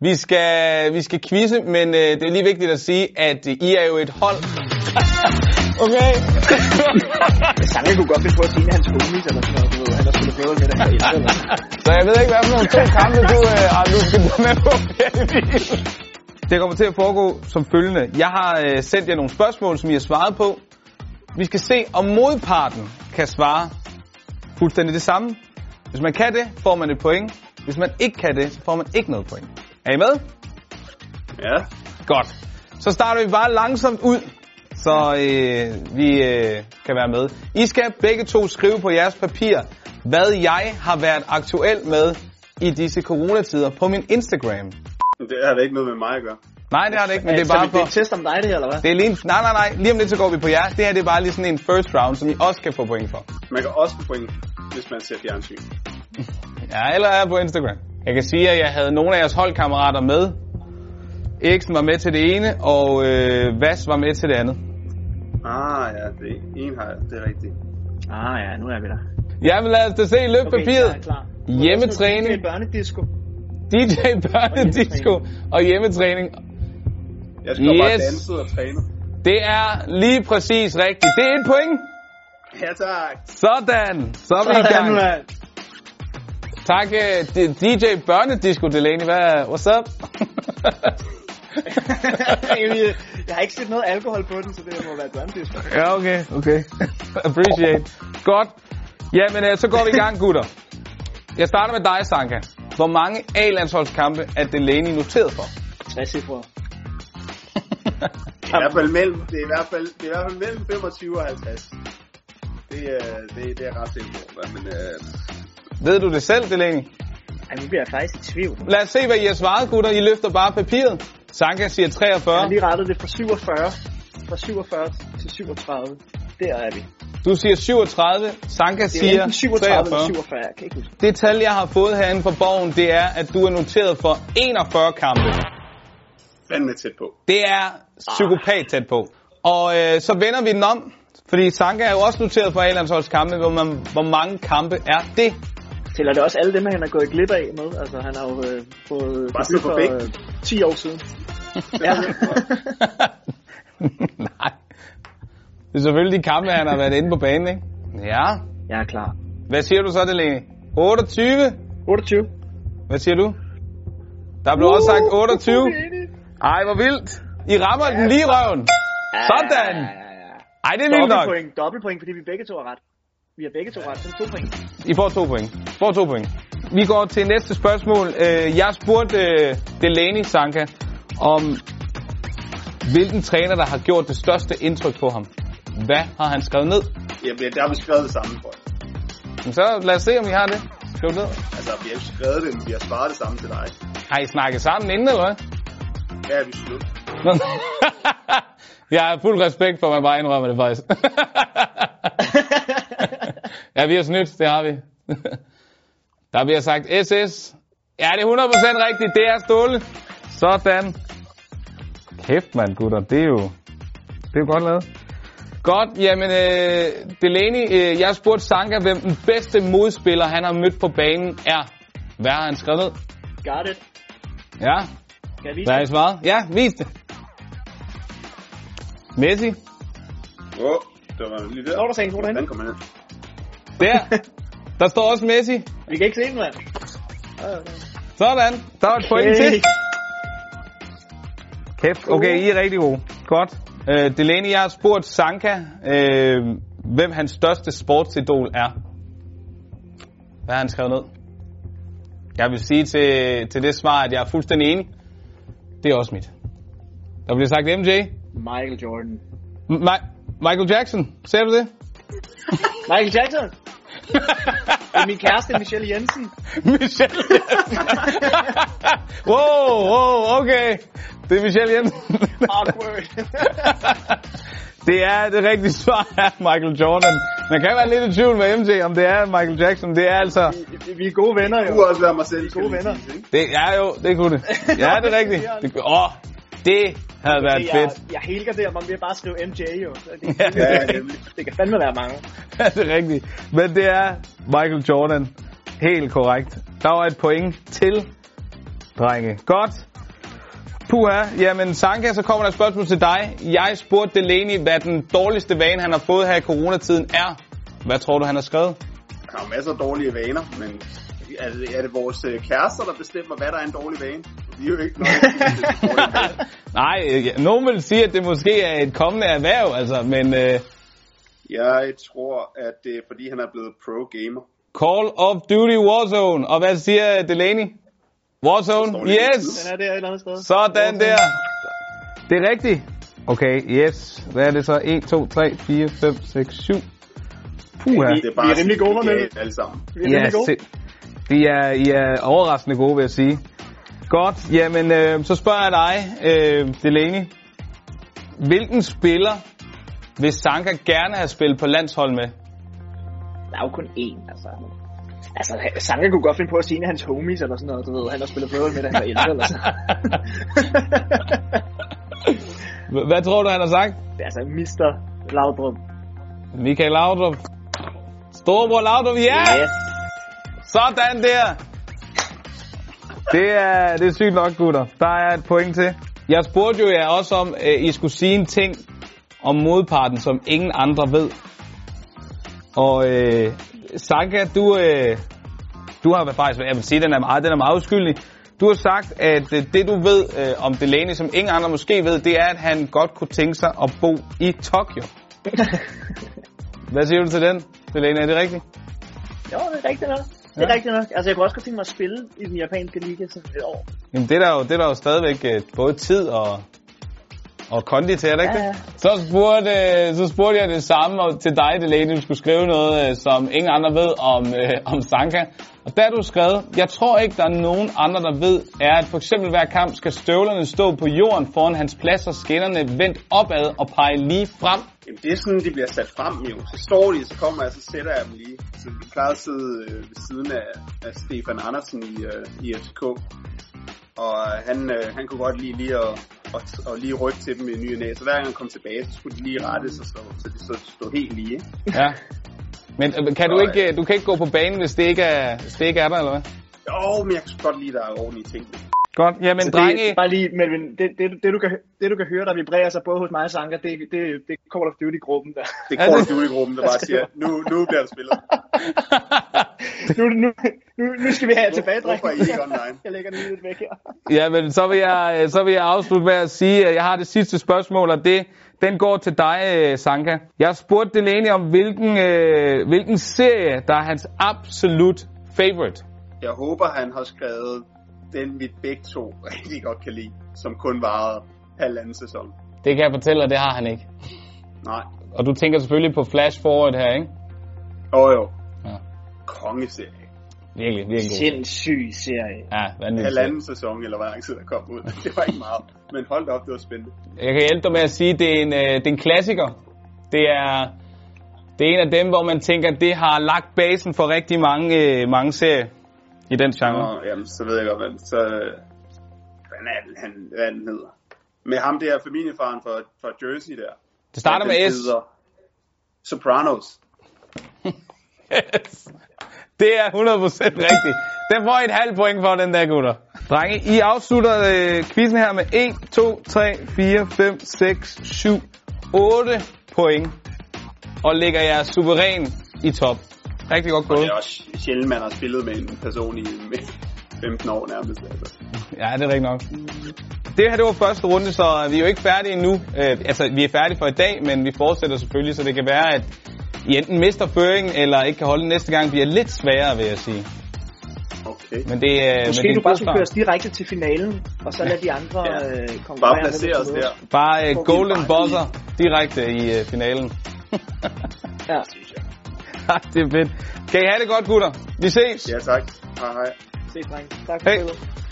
Vi skal, vi skal quizze, men øh, det er lige vigtigt at sige, at øh, I er jo et hold. okay? Sange kunne godt finde på at sige, at hans homies eller sådan noget, du ved. Han har spillet bøvl med dig herinde, eller Så jeg ved ikke, hvad for nogle to kampe, du, øh, ah, du skal gå med på. det kommer til at foregå som følgende. Jeg har øh, sendt jer nogle spørgsmål, som I har svaret på. Vi skal se, om modparten kan svare fuldstændig det samme. Hvis man kan det, får man et point. Hvis man ikke kan det, så får man ikke noget point. Er I med? Ja. Godt. Så starter vi bare langsomt ud, så øh, vi øh, kan være med. I skal begge to skrive på jeres papir, hvad jeg har været aktuel med i disse coronatider på min Instagram. Det har da ikke noget med mig at gøre. Nej, det har det ikke, men det er bare Det er for... en test om dig, det her, eller hvad? Det er lige en, nej, nej, nej. Lige om lidt, så går vi på jer. Det her det er bare lige sådan en first round, som I også kan få point for. Man kan også få point, hvis man ser fjernsyn. Ja, eller er på Instagram. Jeg kan sige, at jeg havde nogle af jeres holdkammerater med. Eriksen var med til det ene, og øh, Vas var med til det andet. Ah ja, det er en har jeg. Det er rigtigt. Ah ja, nu er vi der. Jamen lad os da se, løb okay, papiret. Hjemmetræning. Det er en børnedisco. DJ Børnedisco og hjemmetræning. Jeg skulle yes. bare Yes. danse og træne. Det er lige præcis rigtigt. Det er et point. Ja tak. Sådan. Så er vi i Sådan, gang. mand. Tak, øh, D- DJ Børnedisco, Delaney. Hvad, what's up? Egentlig, Jeg har ikke set noget alkohol på den, så det må være børnedisco. ja, okay. okay. Appreciate. Godt. Jamen, øh, så går vi i gang, gutter. Jeg starter med dig, Sanka. Hvor mange A-landsholdskampe er Delaney noteret for? 60 cifre. Det er, i hvert fald mellem, det, er i hvert fald, det er i hvert fald mellem 25 og 50. Det, øh, det, det er jeg ret sikker på. Hvad, Men øh, Ved du det selv, Delaney? Ej, nu bliver jeg faktisk i tvivl. Lad os se, hvad I har svaret, gutter. I løfter bare papiret. Sanka siger 43. Jeg har lige rettet det fra 47. Fra 47 til 37. Der er vi. Du siger 37, Sanka Det er jo siger enten 37 eller 43. 47, jeg kan ikke huske. Det tal, jeg har fået herinde fra borgen, det er, at du er noteret for 41 kampe. fandme tæt på. Det er psykopat tæt på. Og øh, så vender vi den om, fordi Sanka er jo også noteret for A-landsholds kampe. Hvor, man, hvor mange kampe er det? Tæller det også alle dem, han er gået glip af med? Altså, han har jo øh, fået Bare debut sidde på bænken. øh, 10 år siden. ja. Nej. Det er selvfølgelig de kampe, han har været inde på banen, ikke? Ja. jeg er klar. Hvad siger du så, Delaney? 28? 28. Hvad siger du? Der blev også sagt 28. Uh, det er det. Ej, hvor vildt. I rammer den lige i røven. Sådan. Ja, ja, ja. Ej, det er vildt nok. Dobbeltpoint, dobbeltpoint, fordi vi begge to har ret. Vi har begge to ret, så det er to point. I får to point. Får to point. Vi går til næste spørgsmål. Øh, Jeg spurgte øh, Delaney Sanka om, hvilken træner, der har gjort det største indtryk på ham. Hvad har han skrevet ned? Jeg bliver, der har vi skrevet det samme for jer. Jamen, Så lad os se, om I har det. Skriv det ned. Altså, vi har skrevet det, men vi har sparet det samme til dig. Har I snakket sammen inden, eller hvad? Ja, vi er slut. Nå. Jeg har fuld respekt for, at man bare indrømmer det faktisk. ja, vi har snydt, det har vi. Der bliver sagt SS. Ja, det er 100% rigtigt, det er Ståle. Sådan. Kæft mand, gutter, det er jo, det er jo godt lavet. Godt, jamen øh, Delaney, øh, jeg spurgte Sanka, hvem den bedste modspiller, han har mødt på banen er. Hvad har han skrevet ned? Got it. Ja, Kan jeg vise hvad har I det? svaret? Ja, vis det. Messi, Åh, oh, det var lige der. Hvor er der sagen? Hvor er der henne? Den kom ind. der. Der står også Messi. Vi kan ikke se den, mand. Sådan, der var et point Hey. til. Kæft, okay, I er rigtig gode. Godt. Øh, Delaney, jeg har spurgt Sanka, øh, hvem hans største sportsidol er. Hvad har han skrevet ned? Jeg vil sige til, til det svar, at jeg er fuldstændig enig. Det er også mit. Der bliver sagt MJ. Michael Jordan. M- Mi- Michael Jackson, ser du det? Michael Jackson! Det er min kæreste, Michelle Jensen. Michelle Jensen. wow, wow, okay. Det er Michelle Jensen. Awkward. det er det rigtige svar er Michael Jordan. Man kan være lidt i tvivl med MJ, om det er Michael Jackson. Det er altså... Vi- vi er gode venner, jo. Du har også været mig selv. Vi er gode skal lige venner. sige, ikke? Det er jo, det kunne det. Ja, det er rigtigt. Det, åh, det havde været jeg, fedt. jeg helger det, om ved at bare skrive MJ, jo. Så Det, Ja, det, nemlig. det kan fandme være mange. Ja, det er rigtigt. Men det er Michael Jordan. Helt korrekt. Der var et point til, drenge. Godt. Puha, jamen Sanka, så kommer der et spørgsmål til dig. Jeg spurgte Delaney, hvad den dårligste vane, han har fået her i coronatiden er. Hvad tror du, han har skrevet? Jeg har jo masser af dårlige vaner, men er det, er det vores øh, kærester, der bestemmer, hvad der er en dårlig vane? Vi er jo ikke nogen, der bestemmer, hvad der er en dårlig Nej, vane. øh, ja, nogen vil sige, at det måske er et kommende erhverv, altså, men uh, Jeg tror, at det er, fordi han er blevet pro-gamer. Call of Duty Warzone. Og hvad siger Delaney? Warzone? står lige Yes! Den er der et eller andet sted. Sådan der. Det er rigtigt. Okay, yes. Hvad er det så? 1, 2, 3, 4, 5, 6, 7. Puha. Det Vi er rimelig gode, sådan, det er Mikkel. galt alle sammen. Vi er nemlig gode. se- de er, I er overraskende gode, vil jeg sige. Godt, jamen øh, så spørger jeg dig, øh, Delaney. Hvilken spiller vil Sanka gerne have spillet på landshold med? Der er jo kun én, altså. Altså, Sanka kunne godt finde på at sige en af hans homies eller sådan noget, du ved. Han har spillet fodbold med, da han var 11 eller sådan H- Hvad tror du, han har sagt? Det er altså Mr. Laudrup. Michael Laudrup. Storebror Laudrup, ja! Yeah! Yes. Sådan der! Det er, det er sygt nok, gutter. Der er et point til. Jeg spurgte jo jer også om, øh, I skulle sige en ting om modparten, som ingen andre ved. Og øh, Sanka, du, øh, du har været faktisk, jeg vil sige, den er meget, den er meget uskyldig. Du har sagt, at øh, det du ved øh, om Delaney, som ingen andre måske ved, det er, at han godt kunne tænke sig at bo i Tokyo. Hvad siger du til den, Delaney? Er det rigtigt? Jo, det er rigtigt nok. Det er Ja. ja. rigtigt nok. Altså, jeg kunne også godt tænke mig at spille i den japanske liga sådan et år. Jamen, det er der jo, det er der jo stadigvæk øh, både tid og, og kondi til, er det ikke Ja, det? Så spurgte, øh, så spurgte jeg det samme og til dig, Delaney, du skulle skrive noget, øh, som ingen andre ved om, øh, om Sanka. Og der du skrev, jeg tror ikke, der er nogen andre, der ved, er, at for eksempel hver kamp skal støvlerne stå på jorden foran hans plads og skinnerne vendt opad og pege lige frem. Jamen, det er sådan, de bliver sat frem jo. Så står de, så kommer jeg, så sætter jeg dem lige. Så vi plejer at sidde øh, ved siden af, af Stefan Andersen i, øh, i FCK. Og han, øh, han kunne godt lide lige at, at, at lige rykke til dem i ny og næ. Så hver gang han kom tilbage, så skulle de lige rette sig, så, så de så stod helt lige. ikke? Ja. Men øh, kan du Nå, ikke, øh, du kan ikke gå på banen, hvis det ikke er, hvis det ikke er der, eller hvad? Jo, men jeg kunne godt lide, der er ordentlige ting. Godt, jamen Så drenge... det, bare lige, Melvin, det, det, det, du kan, det, du kan høre, der vibrerer sig både hos mig og Sanka, det, det, det kommer der i gruppen der. Det Ja, går det- du i gruppen, der bare siger, nu, nu bliver der spillet. Nu, nu, nu, nu skal vi have tilbage, Hvorfor er I ikke online? Jeg lægger den lige lidt væk her. Ja, men så vil, jeg, øh, så vil jeg afslutte med at sige, at jeg har det sidste spørgsmål, og det, den går til dig, øh, Sanka. Jeg spurgte Delaney om, hvilken, øh, hvilken serie, der er hans absolut favorite. Jeg håber, han har skrevet den, vi begge to rigtig godt kan lide, som kun varede halvanden sæson. Det kan jeg fortælle dig, det har han ikke. Nej. Og du tænker selvfølgelig på Flash Forward her, ikke? Jo, jo. Ja. Kongeserie. Virkelig, virkelig. god. Sindssyg serie. Ja, vanvittigt. Halvanden sæson, eller hvor lang tid der kom ud. Det var ikke meget. Men hold da op, det var spændende. Jeg kan hjælpe dig med at sige, at det er en, øh, det er en klassiker. Det er, det er en af dem, hvor man tænker, at det har lagt basen for rigtig mange, øh, mange serier i den genre. Nå, jamen, så ved jeg godt, hvad så... Hvad er den, han, hvad den hedder? Med ham der, familiefaren fra, fra Jersey der. Det starter med Den S. hedder Sopranos. Yes. Det er 100% rigtigt. Den får I et halvt point for, den der gutter. Drenge, I afslutter øh, quizzen her med 1, 2, 3, 4, 5, 6, 7, 8 point. Og ligger jer suveræn i top. Rigtig godt Og gået. det er også sjældent, man har spillet med en person i med 15 år nærmest. Altså. Ja, det er rigtigt nok. Det her, det var første runde, så vi er jo ikke færdige endnu. Øh, altså, vi er færdige for i dag, men vi fortsætter selvfølgelig, så det kan være, at I enten mister føringen, eller ikke kan holde den næste gang, bliver lidt sværere, vil jeg sige. Okay. Men det, øh, men det Måske er en du bare skulle god start. køre os direkte til finalen, og så lade de andre Ja. øh, konkurrere. Bare om, hvem placere os skal der. mødes. Bare øh, Hvor vi golden bare buzzer direkte i øh, finalen. Ja. Ah, det er fedt. Kan I have det godt, gutter? Vi ses. Ja, tak. Hej, hej. Se, dreng. Tak for Hey. hey.